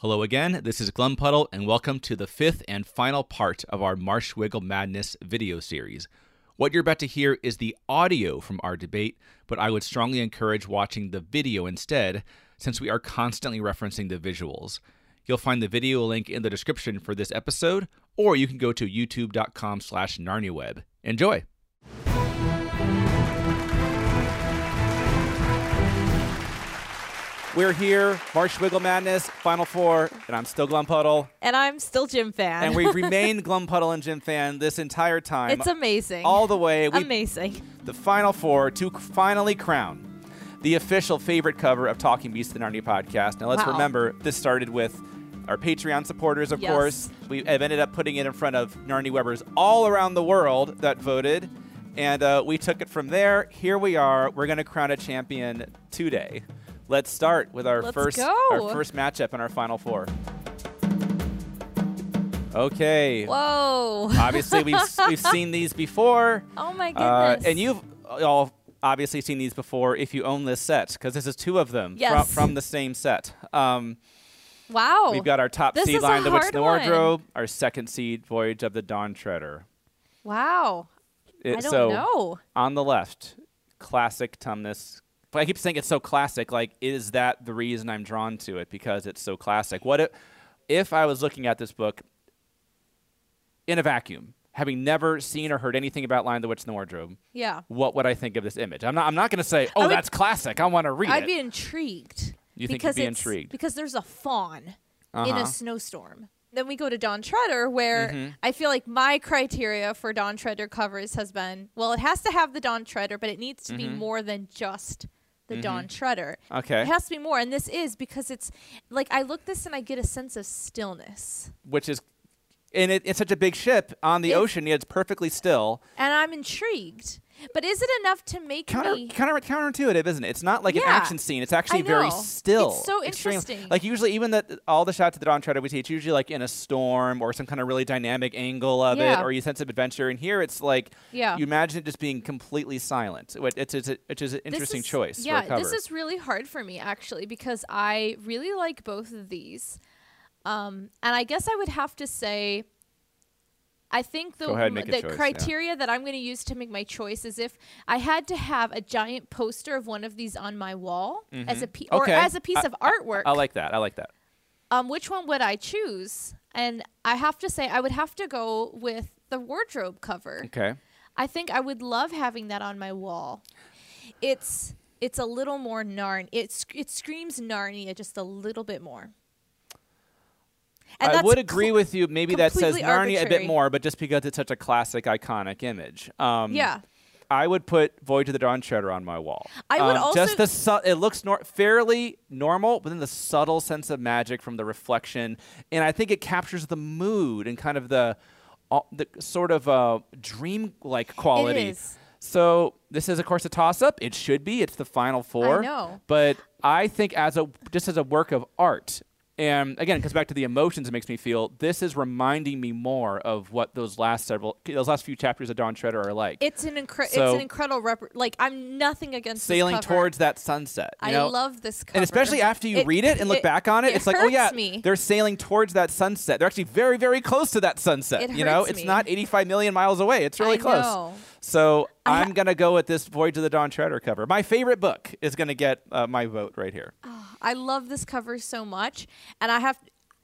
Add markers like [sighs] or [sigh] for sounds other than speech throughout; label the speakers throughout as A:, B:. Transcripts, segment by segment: A: Hello again, this is Glum Puddle, and welcome to the fifth and final part of our Marsh Wiggle Madness video series. What you're about to hear is the audio from our debate, but I would strongly encourage watching the video instead, since we are constantly referencing the visuals. You'll find the video link in the description for this episode, or you can go to youtube.com slash narniaweb. Enjoy! We're here, Marsh Wiggle Madness, Final Four, and I'm still Glum Puddle.
B: And I'm still Jim fan.
A: And [laughs]
B: [laughs]
A: we've remained Glum Puddle and Jim fan this entire time.
B: it's amazing.
A: all the way. We
B: amazing.
A: the final four to finally crown the official favorite cover of Talking Beasts the Narnia podcast. Now let's
B: Wow.
A: remember this started with our Patreon supporters, of
B: Yes.
A: course. We have ended up putting it in front of Narnia Webbers all around the world that voted. And uh, we took it from there. Here we are. We're going to crown a champion today. Let's start with our
B: Let's
A: first
B: go.
A: our first matchup in our final four. Okay.
B: Whoa.
A: Obviously, we've we've seen these before.
B: Oh my
A: Uh,
B: goodness.
A: and you've all obviously seen these before if you own this set, because this is two of them fro-
B: Yes.
A: from, the same set. Um,
B: Wow.
A: We've got our top
B: This
A: seed
B: is a
A: line, The Witch in
B: hard
A: the
B: one.
A: Wardrobe, our second seed, Voyage of the Dawn Treader.
B: Wow.
A: It-
B: I don't
A: so
B: know.
A: on the left, classic Tumnus. But I keep saying it's so classic. Like, is that the reason I'm drawn to it? Because it's so classic. What if, if I was looking at this book in a vacuum, having never seen or heard anything about Lion the Witch in the Wardrobe?
B: Yeah.
A: what would I think of this image? I'm not. I'm not going to say, "Oh,
B: would-
A: that's classic. I want to read
B: I'd
A: it."
B: be intrigued.
A: You think you'd
B: because
A: be
B: it's-
A: intrigued?
B: Because there's a fawn in
A: Uh-huh. Mm-hmm.
B: a snowstorm. Then we go to Don Treader, where I feel like my criteria for Don Treader covers has been well, it has to have the Don Treader, but it needs to be more than just the Don Treader.
A: Mm-hmm. Okay.
B: It has to be more. And this is because it's like I look this and I get a sense of stillness.
A: Which is, and it, it's such a big ship on the
B: It's-
A: ocean. Yet it's perfectly still.
B: and I'm intrigued. But is it enough to make
A: Counter,
B: me?
A: counter, counterintuitive, isn't it? It's not like an
B: Yeah.
A: action scene. It's actually
B: I
A: very
B: know.
A: still.
B: It's so
A: extreme.
B: interesting.
A: Like usually, even the, all the shots of the Dawn Treader we see, it's usually like in a storm or some kind of really dynamic angle of it,
B: Yeah.
A: or you sense of adventure. And here, it's like
B: Yeah.
A: you imagine it just being completely silent. Which it's, it's, it's, an
B: This
A: interesting
B: is-
A: choice.
B: Yeah,
A: for a cover.
B: this is really hard for me actually because I really like both of these, um, and I guess I would have to say. I think the,
A: Go ahead, make a
B: the
A: choice, yeah.
B: criteria that I'm going to use to make my choice is if I had to have a giant poster of one of these on my wall as a pe-
A: Mm-hmm. Okay.
B: or as a piece
A: I-
B: of artwork.
A: I like that. I like that.
B: um, which one would I choose? And I have to say, I would have to go with the wardrobe cover.
A: Okay.
B: I think I would love having that on my wall. It's it's a little more Narn. It sc- it screams Narnia just a little bit more.
A: I would agree with you. Maybe that says Narnia
B: completely
A: a bit
B: arbitrary.
A: more, but just because it's such a classic, iconic image. Um,
B: Yeah.
A: I would put Voyage of the Dawn Treader on my wall.
B: I would also-
A: Um, just the su- it looks nor- fairly normal, but then the subtle sense of magic from the reflection, and I think it captures the mood and kind of the all the sort of uh, dream like quality.
B: is.
A: So this is of course a toss up. It should be. It's the final four.
B: know.
A: But I think as a just as a work of art, and again, it comes back to the emotions it makes me feel. This is reminding me more of what those last several, those last few chapters of Dawn Treader are like.
B: It's an incre- it's
A: So-
B: an incredible rep- like I'm nothing against this
A: sailing
B: cover.
A: towards that sunset. you
B: I
A: know?
B: love this cover.
A: And especially after you
B: It-
A: read it and look back on it, it's like, oh
B: hurts
A: yeah,
B: me.
A: they're sailing towards that sunset. They're actually very, very close to that sunset.
B: It
A: you know,
B: hurts
A: it's
B: me.
A: not 85 million miles away. It's really
B: I
A: close.
B: know.
A: So I'm gonna go with this Voyage of the Dawn Treader cover. My favorite book is gonna get uh, my vote right here.
B: I love this cover so much, and I have,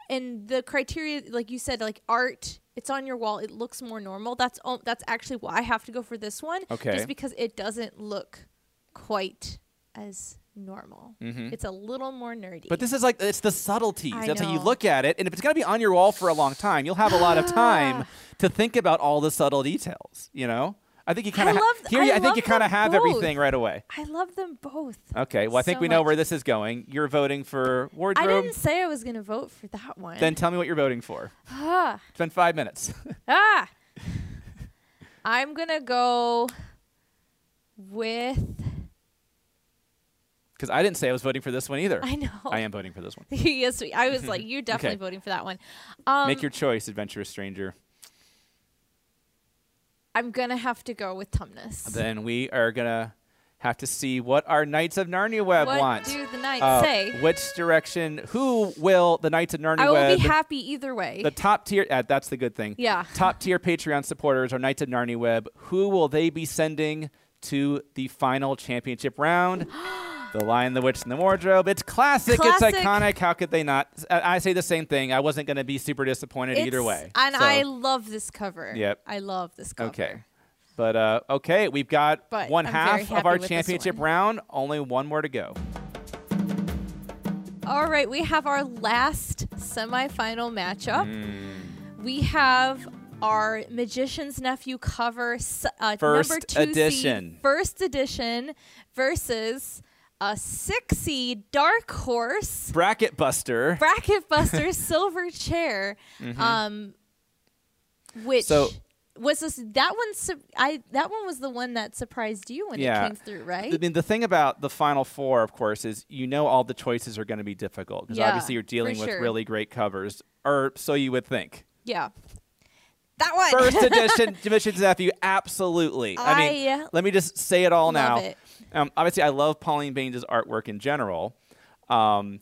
B: and the criteria, like you said, like art. It's on your wall. It looks more normal. That's all, that's actually why I have to go for this one.
A: Okay.
B: Just because it doesn't look quite as normal. It's a little more nerdy.
A: Mm-hmm. But this is like it's the subtleties.
B: I
A: That's how you
B: know.
A: look at it, and if it's gonna be on your wall for a long time, you'll have a
B: [gasps]
A: lot of time to think about all the subtle details. You know, I think you kind of
B: I love-
A: here.
B: I
A: you- I think
B: love
A: you kind of
B: them
A: have
B: both.
A: everything right away.
B: I love them both.
A: Okay, well I think
B: so
A: we know
B: much.
A: where this is going. You're voting for
B: I
A: wardrobe.
B: didn't say I was gonna vote for that one.
A: Then tell me what you're voting for.
B: [sighs] ah,
A: It's been five minutes. [laughs]
B: ah. I'm gonna go with.
A: Because I didn't say I was voting for this one either.
B: I know.
A: I am voting for this one.
B: [laughs] yes, we- I was
A: [laughs]
B: like, you're definitely
A: Okay.
B: voting for that one. Um,
A: Make your choice, adventurous stranger.
B: I'm gonna have to go with Tumnus.
A: Then we are gonna have to see what our Knights of Narnia Web
B: what
A: want.
B: do the knights
A: Uh,
B: say?
A: Which direction? Who will the Knights of Narnia
B: I will
A: Web?
B: be happy either way.
A: the top tier. Uh, that's the good thing.
B: Yeah.
A: Top tier Patreon supporters are Knights of Narnia Web. Who will they be sending to the final championship
B: [gasps]
A: round? the Lion, the Witch, and the Wardrobe. It's classic.
B: Classic.
A: It's iconic. How could they not? I, I say the same thing. I wasn't going to be super disappointed either
B: It's-
A: way.
B: And
A: So,
B: I love this cover.
A: Yep.
B: I love this cover.
A: Okay. But uh, okay, we've got
B: But
A: one
B: I'm very
A: half of
B: happy
A: our
B: with this
A: championship
B: one.
A: round. Only one more to go.
B: All right, we have our last semifinal matchup.
A: Mm.
B: We have our Magician's Nephew cover s- uh, number
A: First
B: two seed,
A: edition.
B: first edition versus a six seed Dark Horse
A: Bracket Buster.
B: Bracket
A: [laughs]
B: Buster Silver Chair. Um, which
A: Mm-hmm. So-
B: was this, that one? su- I that one was the one that surprised you when
A: Yeah.
B: it came through, right?
A: I mean, the thing about the final four, of course, is you know all the choices are going to be difficult because
B: Yeah,
A: obviously you're
B: for
A: dealing with
B: sure.
A: really great covers, or so you would think.
B: yeah, that one.
A: First edition Dimensions nephew, absolutely. I, mean,
B: I
A: let me just say it all
B: love
A: now.
B: it.
A: Um, obviously, I love Pauline Baines' artwork in general. Um,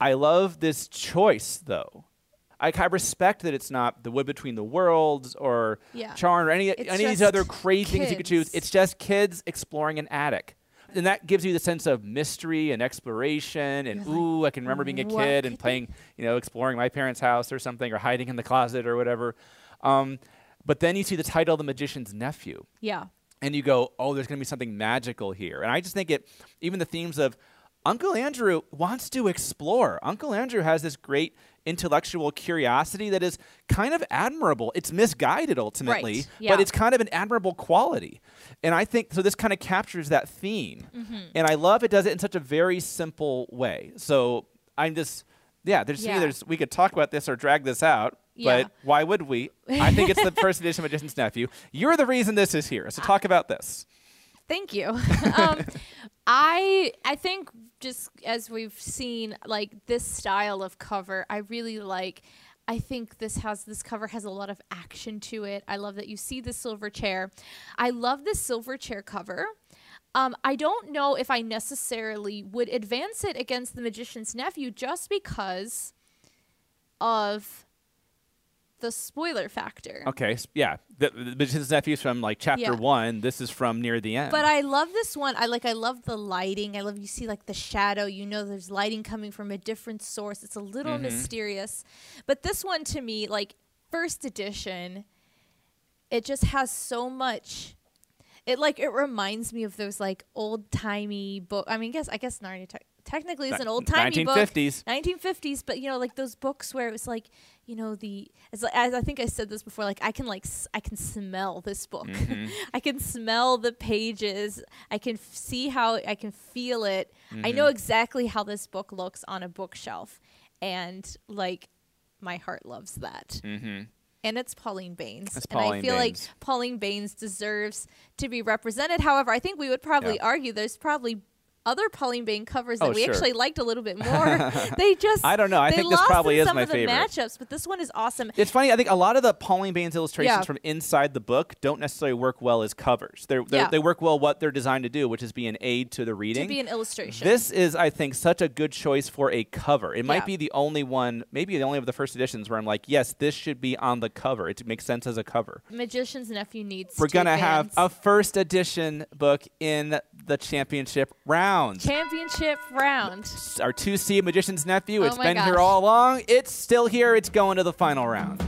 A: I love this choice, though. I, I respect that it's not the Wood Between the Worlds or
B: Yeah.
A: Charm or any, any of these
B: just
A: other crazy things you could choose.
B: kids.
A: It's just kids exploring an attic. And that gives you the sense of mystery and exploration and,
B: You're like,
A: ooh, I can remember being a
B: what
A: kid
B: could
A: and
B: be?"
A: playing, you know, exploring my parents' house or something or hiding in the closet or whatever. Um, but then you see the title, The Magician's Nephew
B: [laughs] yeah.
A: and you go, oh, there's going to be something magical here. And I just think it, even the themes of Uncle Andrew wants to explore. Uncle Andrew has this great intellectual curiosity that is kind of admirable. It's misguided ultimately,
B: yeah.
A: but it's kind of an admirable quality. And I think so this kind of captures that theme.
B: Mm-hmm.
A: And I love it does it in such a very simple way. So I'm just yeah, there's
B: Yeah.
A: there's we could talk about this or drag this out.
B: Yeah.
A: But why would we? I think
B: [laughs]
A: it's the first edition of Magician's Nephew. You're the reason this is here. So talk about this.
B: Thank you. um, I I think just as we've seen, like this style of cover, I really like. I think this has this cover has a lot of action to it. I love that you see the silver chair. I love the silver chair cover. Um, I don't know if I necessarily would advance it against the magician's nephew just because of the spoiler factor.
A: Okay, s- yeah. The, the Magician's Nephew is from like chapter
B: Yeah.
A: one. This is from near the end.
B: But I love this one. I like I love the lighting. I love you see like the shadow. You know there's lighting coming from a different source. It's a little mysterious. But this one to me like first edition it just has so much it like it reminds me of those like old-timey book. I mean, guess I guess Narnia te- technically is
A: Ni-
B: an old-timey book.
A: 1950s.
B: 1950s, but you know, like those books where it was like, you know, the as, as I think I said this before, like I can like s- I can smell this book, [laughs] I can smell the pages, I can f- see how I can feel it. I know exactly how this book looks on a bookshelf, and like my heart loves that. Mm-hmm. And it's Pauline Baines,
A: It's
B: and I
A: Pauline
B: feel like
A: Baines.
B: Pauline Baines deserves to be represented. However, I think we would probably
A: Yeah.
B: argue there's probably other Pauline Baines covers that
A: Oh,
B: we
A: sure.
B: actually liked a
A: [laughs]
B: little bit more. they just
A: I don't know. I
B: they
A: think this
B: lost
A: probably
B: in
A: is
B: some
A: my
B: of the
A: favorite.
B: matchups, but this one is awesome.
A: it's funny. I think a lot of the Pauline Baines illustrations
B: Yeah.
A: from inside the book don't necessarily work well as covers. They're, they're,
B: Yeah.
A: They work well what they're designed to do, which is be an aid to the reading.
B: to be an illustration.
A: This is, I think, such a good choice for a cover. It might
B: Yeah.
A: be the only one, maybe the only of the first editions where I'm like, yes, this should be on the cover. It makes sense as a cover.
B: Magician's nephew needs.
A: We're
B: to
A: gonna have
B: advance.
A: a first edition book in the championship round.
B: championship round.
A: Our two C magician's nephew.
B: Oh
A: It's
B: my
A: been here
B: gosh.
A: all along. It's still here. It's going to the final round.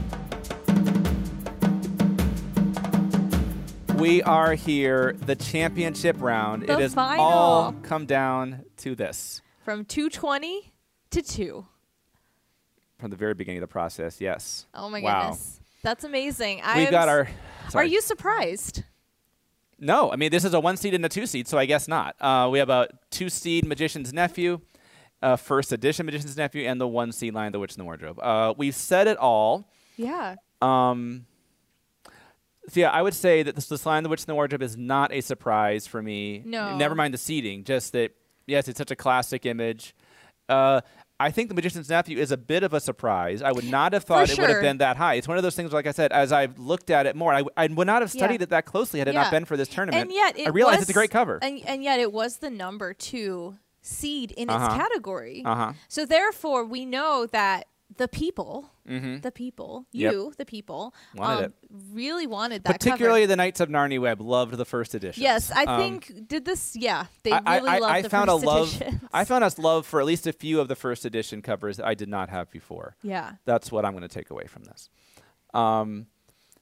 A: We are here. The championship round.
B: The
A: it has
B: final.
A: all come down to this.
B: From 220 to 2.
A: from the very beginning of the process. Yes.
B: Oh my
A: wow.
B: goodness. That's amazing. I
A: We've
B: am
A: got
B: s-
A: our. sorry.
B: Are you surprised?
A: No, I mean this is a one seed and a two seed, so I guess not. Uh, we have a two seed Magician's Nephew, uh, first edition Magician's Nephew, and the one seed Lion the Witch in the Wardrobe. Uh, we've said it all.
B: Yeah.
A: Um, so yeah, I would say that this, this Lion the Witch in the Wardrobe is not a surprise for me.
B: No.
A: Never mind the seeding, just that yes, it's such a classic image. Uh, I think The Magician's Nephew is a bit of a surprise. I would not have thought it would
B: sure.
A: have been that high. It's one of those things, like I said, as I've looked at it more, I, I would not have studied
B: Yeah.
A: it that closely had it
B: Yeah.
A: not been for this tournament.
B: and yet it
A: I realized it's
B: was,
A: a great cover. Uh-huh.
B: and, and yet it was the number two seed in
A: Uh-huh.
B: its category
A: Uh-huh.
B: so therefore we know that the people the people
A: Mm-hmm. Yep.
B: you the people um,
A: Wanted
B: really wanted that cover.
A: Particularly the Knights of Narni Web loved the first edition.
B: yes i
A: Um,
B: think did this yeah they
A: I, I-
B: really
A: I-
B: loved
A: I
B: the
A: found
B: first
A: a love.
B: edition. [laughs]
A: I found us love for at least a few of the first edition covers that I did not have before.
B: yeah
A: That's what I'm going to take away from this. Um,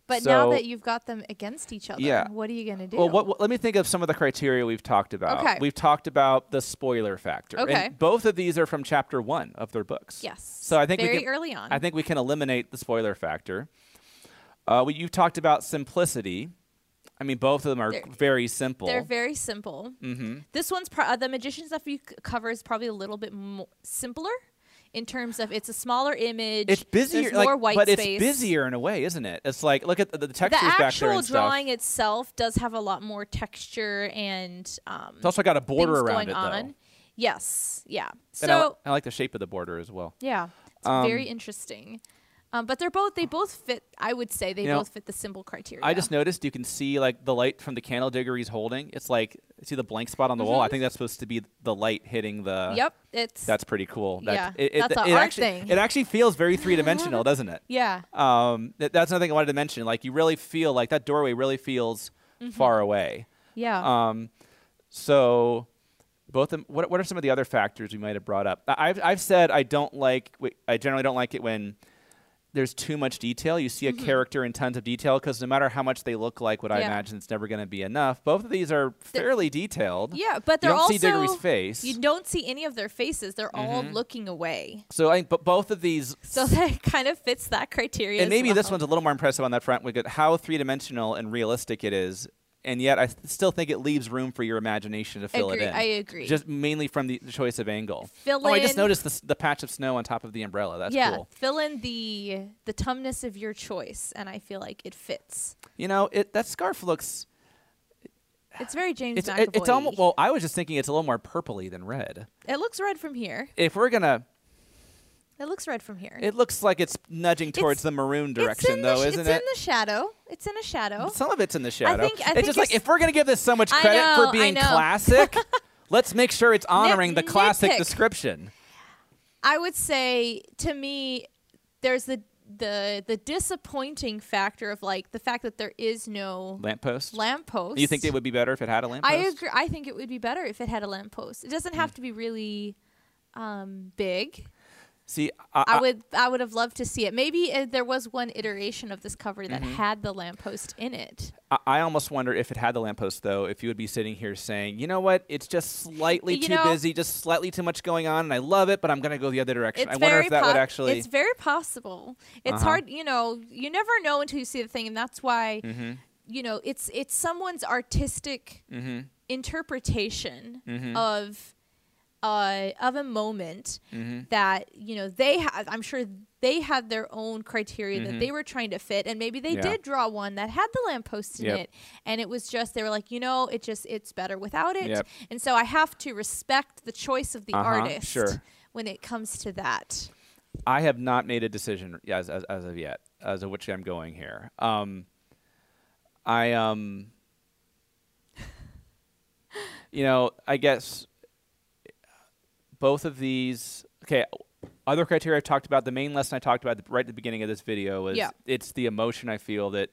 B: but now
A: So-
B: that you've got them against each other
A: Yeah.
B: what are you gonna do
A: well, what, what- let me think of some of the criteria we've talked about.
B: Okay.
A: We've talked about the spoiler factor. and
B: Okay.
A: both of these are from chapter one of their books.
B: yes
A: So I think we
B: very
A: can-
B: early on
A: I think we can eliminate the spoiler factor. Uh, we, you've talked about simplicity. I mean, both of them are
B: They're-
A: very simple.
B: they're very simple
A: mm-hmm.
B: This one's pro- uh, the magician's nephew c- cover is probably a little bit mo- simpler in terms of it's a smaller image.
A: It's busier,
B: There's
A: like,
B: more white
A: but
B: space.
A: it's busier in a way, isn't it? It's like look at the, the
B: The
A: textures back there
B: actual
A: and stuff.
B: drawing itself does have a lot more texture and um,
A: It's also got a border
B: things
A: around
B: going
A: it,
B: on.
A: though.
B: Yes, yeah. So
A: And I, li- I like the shape of the border as well.
B: yeah, it's
A: Um,
B: very interesting. Um, but they're both they both fit. I would say they
A: You know,
B: both fit the symbol criteria.
A: I just noticed you can see like the light from the candle digger he's holding. It's like see the blank spot on the wall. I think that's supposed to be the light hitting the.
B: Mm-hmm. yep, it's
A: That's pretty cool. That,
B: Yeah,
A: it, it,
B: that's a
A: it
B: art
A: actually,
B: thing.
A: It actually feels
B: [laughs]
A: very three dimensional, doesn't it?
B: yeah.
A: Um, that, that's another thing I wanted to mention. Like you really feel like that doorway really feels
B: Mm-hmm.
A: far away.
B: Yeah.
A: Um, so both of, what what are some of the other factors we might have brought up? I- I've I've said I don't like I generally don't like it when there's too much detail. You see a character in tons of detail because no matter how much they look like what I
B: Mm-hmm. Yeah.
A: imagine, it's never going to be enough. Both of these are fairly detailed.
B: yeah, but
A: you
B: they're
A: don't
B: also
A: see Diggory's face.
B: you don't see any of their faces. They're all
A: Mm-hmm.
B: looking away.
A: So I think but both of these
B: So [laughs] that kind of fits that criteria.
A: and
B: as
A: maybe this
B: well.
A: one's a little more impressive on that front. We get how three dimensional and realistic it is, and yet I th- still think it leaves room for your imagination to fill
B: Agree-
A: it in.
B: I agree.
A: Just mainly from the the choice of angle.
B: Fill
A: oh, I just
B: in-
A: noticed the, s- the patch of snow on top of the umbrella. That's
B: yeah,
A: cool.
B: fill in the the tumness of your choice, and I feel like it fits.
A: You know, it that scarf looks.
B: It's very James
A: It's
B: McAvoy.
A: it, it's almost well. I was just thinking it's a little more purpley than red.
B: It looks red from here.
A: If we're gonna,
B: It looks red from here.
A: it looks like it's nudging towards the maroon direction,
B: it's in
A: though,
B: the sh-
A: isn't
B: it's
A: it?
B: in the shadow. It's in a shadow.
A: Some of it's in the shadow.
B: think- Oh. I
A: it's
B: think
A: just like
B: it's-
A: if we're gonna give this so much
B: I
A: credit
B: know, I
A: for being
B: know. [laughs]
A: classic, let's make sure it's honoring the classic
B: nitpick.
A: description.
B: I would say to me, there's the the the disappointing factor of like the fact that there is no
A: Lamppost.
B: lamppost.
A: You think it would be better if it had a lamppost?
B: I agree. I think it would be better if it had a lamppost. It doesn't
A: Mm.
B: have to be really um, big.
A: See, I,
B: I would I would have loved to see it. Maybe uh, there was one iteration of this cover that
A: Mm-hmm.
B: had the lamppost in it.
A: I, I almost wonder if it had the lamppost though, if you would be sitting here saying, you know what, it's just slightly
B: You
A: too
B: know-
A: busy, just slightly too much going on, and I love it, but I'm gonna go the other direction.
B: It's
A: I
B: very
A: wonder if that would
B: po-
A: actually.
B: It's very possible. It's
A: Uh-huh.
B: hard, you know, you never know until you see the thing and that's why
A: Mhm.
B: you know, it's it's someone's artistic
A: Mhm.
B: interpretation
A: Mm-hmm.
B: of uh, of a moment
A: mm-hmm.
B: that you know they have i'm sure they had their own criteria that they were trying to fit and maybe they
A: Mm-hmm. Yeah.
B: did draw one that had the lamppost in
A: Yep.
B: it and it was just they were like you know it just it's better without it
A: Yep.
B: and so i have to respect the choice of the
A: Uh-huh,
B: artist
A: sure.
B: when it comes to that
A: I have not made a decision as as, as of yet as of which I'm going here. Um, I um, [laughs] you know, I guess both of these. Okay, other criteria I've talked about. The main lesson I talked about right at the beginning of this video is
B: Yeah.
A: it's the emotion I feel that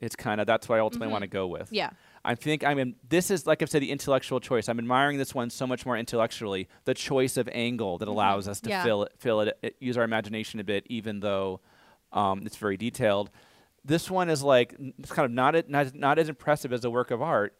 A: it's kind of that's what I ultimately want to go with.
B: yeah
A: I think I'm in, this is like I've said the intellectual choice. I'm admiring this one so much more intellectually. The choice of angle that allows us to
B: Mm-hmm. Yeah.
A: fill it, fill it, it- use our imagination a bit, even though um, it's very detailed. This one is like n- it's kind of not a, not not as impressive as a work of art.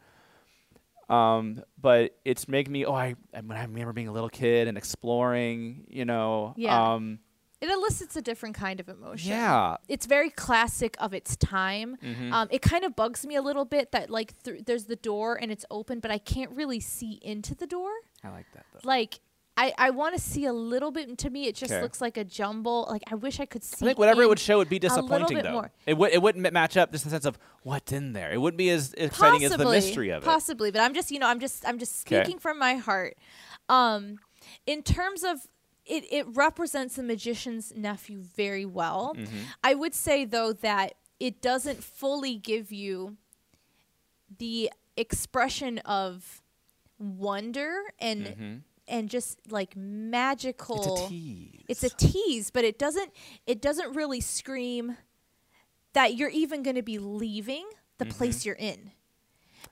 A: Um, but it's making me oh I I mean, I remember being a little kid and exploring you know
B: Yeah. Oh,
A: um,
B: it elicits a different kind of emotion
A: yeah Mm-hmm.
B: it's very classic of its time. Um, it kind of bugs me a little bit that like th- there's the door and it's open, but I can't really see into the door.
A: I like that though.
B: Like I, I want to see a little bit. To me, it just
A: 'Kay.
B: looks like a jumble. Like I wish I could see.
A: I think whatever it would
B: in-
A: show would be
B: little
A: disappointing,
B: bit
A: though.
B: more.
A: It would it wouldn't ma- match up. Just in the sense of what's in there. It wouldn't be as exciting as the mystery of it.
B: Possibly, but I'm just you know I'm just I'm just
A: 'Kay.
B: speaking from my heart. Um, in terms of it, it represents the magician's nephew very well.
A: Mm-hmm.
B: I would say though that it doesn't fully give you the expression of wonder and and just like magical
A: Mm-hmm. It's a tease.
B: it's a tease but it doesn't it doesn't really scream that you're even going to be leaving the place you're in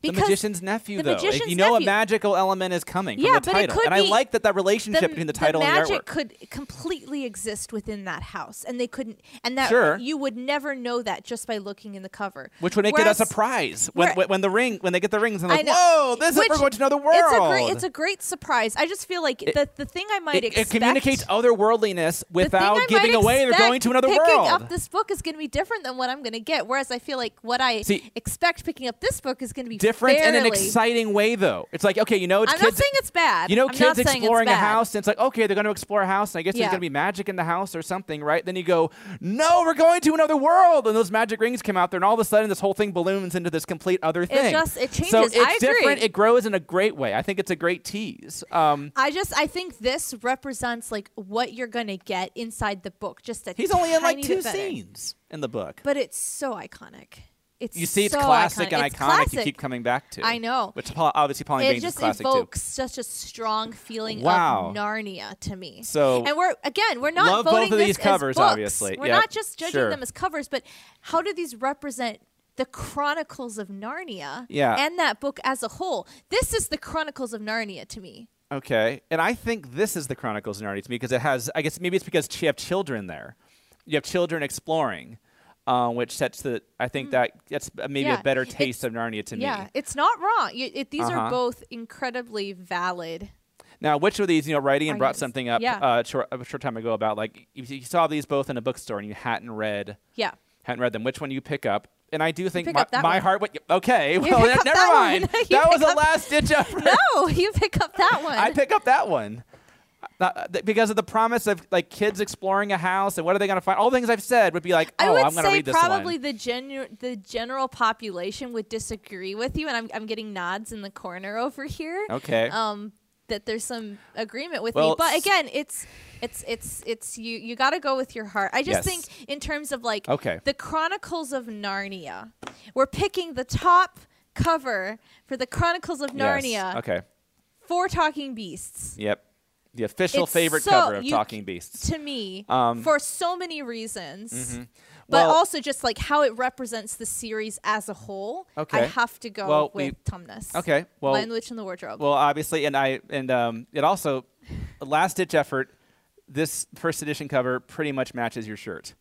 A: Mm-hmm. the magician's nephew,
B: the
A: though. Like,
B: magician's
A: you know,
B: nephew-
A: a magical element is coming from
B: Yeah,
A: the
B: but it
A: title,
B: could
A: and I
B: be-
A: like that that relationship
B: the,
A: between the title
B: the
A: and the
B: magic
A: artwork.
B: could completely exist within that house and they couldn't and that
A: Sure.
B: you would never know that just by looking in the cover
A: Which would make
B: Whereas-
A: it a surprise when,
B: where-
A: when when the ring when they get the rings and
B: I
A: like
B: know.
A: whoa this is
B: Which-
A: we're going to another world.
B: it's a great it's a great surprise i just feel like the, the thing i might
A: it, it
B: expect
A: communicates otherworldliness
B: the thing I
A: without
B: might
A: giving away they're
B: expect
A: going to another
B: picking
A: world.
B: up this book is going to be different than what I'm going to get. Whereas I feel like what I
A: See-
B: expect picking up this book is going to be
A: Different in
B: fairly,
A: an exciting way, though. It's like okay, you know, it's
B: I'm not
A: kids.
B: saying it's bad.
A: you know,
B: I'm not
A: kids
B: saying it's
A: exploring a
B: bad.
A: house, and it's like, okay, they're going to explore a house, and I guess
B: Yeah.
A: there's going to be magic in the house or something, right? Then you go, no, we're going to another world, and those magic rings come out there, and all of a sudden, this whole thing balloons into this complete other thing.
B: just- it
A: So
B: changes.
A: it's
B: I agree.
A: different. It grows in a great way. I think it's a great tease. Um,
B: I just I think this represents like what you're going to get inside the book. Just a
A: he's only in like
B: tiny bit
A: two
B: better.
A: scenes in the book.
B: but it's so iconic. It's
A: you see, it's
B: so
A: classic
B: iconic.
A: and
B: It's
A: iconic.
B: Classic.
A: You keep coming back to.
B: I know.
A: Which Paul- obviously Pauline
B: it
A: Baynes
B: just
A: is classic too.
B: evokes such a strong feeling
A: Wow.
B: of Narnia to me.
A: So-
B: and we're again, we're not
A: Love both
B: voting
A: of
B: this
A: these
B: as
A: covers,
B: books.
A: obviously.
B: We're
A: Yep,
B: not just judging
A: sure.
B: them as covers, but how do these represent the Chronicles of Narnia?
A: Yeah.
B: and that book as a whole. This is the Chronicles of Narnia to me.
A: Okay, and I think this is the Chronicles of Narnia to me because it has. I guess maybe it's because you have children there. You have children exploring, uh, which sets the. I think that that's maybe
B: Hmm. Yeah,
A: a better
B: it's-
A: taste of Narnia to
B: yeah,
A: me.
B: it's not wrong. You, it, these are
A: Uh-huh.
B: both incredibly valid.
A: Now, which of these, you know, writing and brought
B: Arguments.
A: something up
B: Yeah.
A: uh, short, a short time ago about like if you saw these both in a bookstore and you hadn't read
B: Yeah. [laughs]
A: hadn't read them. Which one do you pick up? And I do think
B: pick
A: my,
B: up that
A: my
B: one.
A: heart went okay. Well,
B: pick
A: ne-
B: up
A: never
B: that one. [laughs]
A: mind.
B: You
A: that was
B: pick
A: a
B: up-
A: last ditch effort.
B: No, you pick up that one.
A: I pick up that one. Not- th- because of the promise of like kids exploring a house and what are they going to find? All the things I've said would be like, oh,
B: I would
A: am going to
B: say
A: read this
B: probably
A: one.
B: the genu- the general population would disagree with you, and I'm, I'm getting nods in the corner over here.
A: Okay.
B: Um, that there's some agreement with me,
A: Well,
B: but
A: s-
B: again, it's it's it's it's you you got to go with your heart. I
A: Yes.
B: just think in terms of like
A: Okay.
B: the Chronicles of Narnia, we're picking the top cover for the Chronicles of
A: Yes.
B: Narnia
A: Okay.
B: for Talking Beasts.
A: Yep. The official
B: It's
A: favorite
B: so-
A: cover of
B: you-
A: Talking Beasts.
B: To me,
A: Um, mm-hmm.
B: for so many reasons, but
A: Well-
B: also just like how it represents the series as a whole. I
A: Okay.
B: have to go
A: Well, we-
B: with Tumnus.
A: Okay. Well,
B: Lion, the Witch, and the Wardrobe.
A: well, obviously, and I and um, it also last ditch effort. This first edition cover pretty much matches your shirt.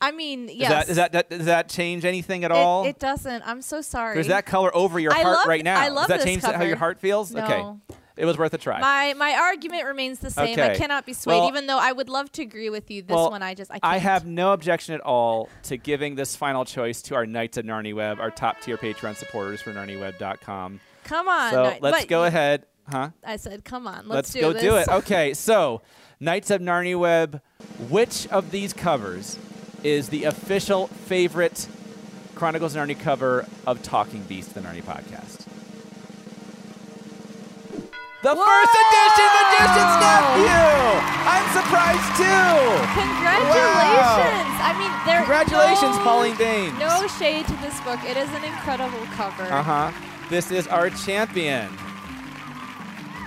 B: I mean,
A: Does
B: yes,
A: that, does that, that does that change anything at
B: it,
A: all?
B: it doesn't. I'm so sorry.
A: There's that color over your
B: I
A: heart
B: love-
A: right now.
B: I
A: does
B: love
A: that
B: this
A: change how
B: cover.
A: your heart feels?
B: No.
A: Okay. It was worth a try.
B: my my argument remains the same. I
A: Okay.
B: cannot be swayed,
A: Well-
B: even though I would love to agree with you. This
A: Well,
B: one, I just I can't.
A: I have no objection at all to giving this final choice to our Knights of Narnia Web, our top tier Patreon supporters for narniaweb.com.
B: Come on,
A: So
B: Uh, Knight-
A: let's
B: but
A: go
B: you-
A: ahead. Huh?
B: I said, come on,
A: Let's,
B: let's,
A: go
B: this.
A: do it.
B: [laughs]
A: Okay, so Knights of Narnia Web, which of these covers is the official favorite Chronicles of Narnia cover of Talking Beast, the Narnia podcast? The first edition, Magician's Nephew! I'm surprised too!
B: Congratulations! I mean, there.
A: Congratulations,
B: no,
A: Pauline Baynes.
B: No shade to this book. It is an incredible cover.
A: Uh huh. This is our champion.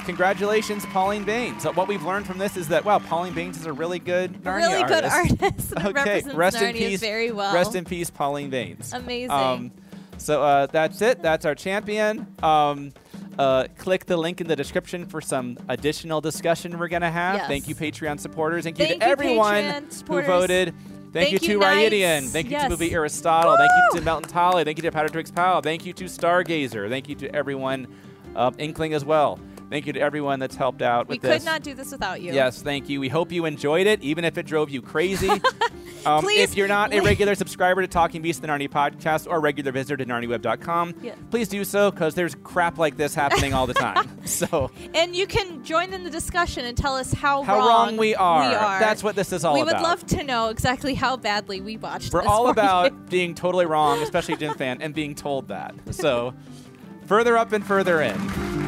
A: Congratulations, Pauline Baines. So what we've learned from this is that wow, Pauline Baines is a really good
B: A
A: Narnia
B: really good artist. [laughs]
A: [laughs]
B: that
A: Okay,
B: represents
A: rest in
B: Narnia
A: peace.
B: very well.
A: Rest in peace, um, Pauline Baines.
B: Amazing.
A: so uh, that's it. That's our champion. Um, uh, click the link in the description for some additional discussion we're gonna have.
B: Yes.
A: Thank you, Patreon supporters. Thank,
B: Thank
A: to
B: you,
A: everyone
B: Patreon
A: who
B: supporters.
A: voted. Thank,
B: Thank
A: you to
B: you, Knights.
A: Rydian. Thank you
B: Yes.
A: to Movie Aristotle. Thank
B: Woo!
A: you to Mountain Tolly. Thank you to Powder Twix Powell. Thank you to Stargazer. Thank you to everyone, uh, Inkling as well. Thank you to everyone that's helped out
B: we
A: with
B: could
A: this.
B: not do this without you.
A: Yes, thank you. We hope you enjoyed it, even if it drove you
B: [laughs]
A: crazy. um,
B: Please,
A: if you're not a
B: please.
A: regular subscriber to Talking Beast, the Narnia podcast, or a regular visitor to narniaweb.com,
B: Yeah.
A: please do so because there's crap like this happening
B: [laughs]
A: all the time. so
B: And you can join in the discussion and tell us how,
A: how wrong, we, are.
B: We are.
A: That's what this is all
B: we
A: about.
B: would love to know exactly how badly we botched.
A: We're
B: this [laughs]
A: all
B: for
A: about
B: you.
A: being
B: [laughs]
A: totally wrong, especially Jim Fan, and being told that. So further up and further in.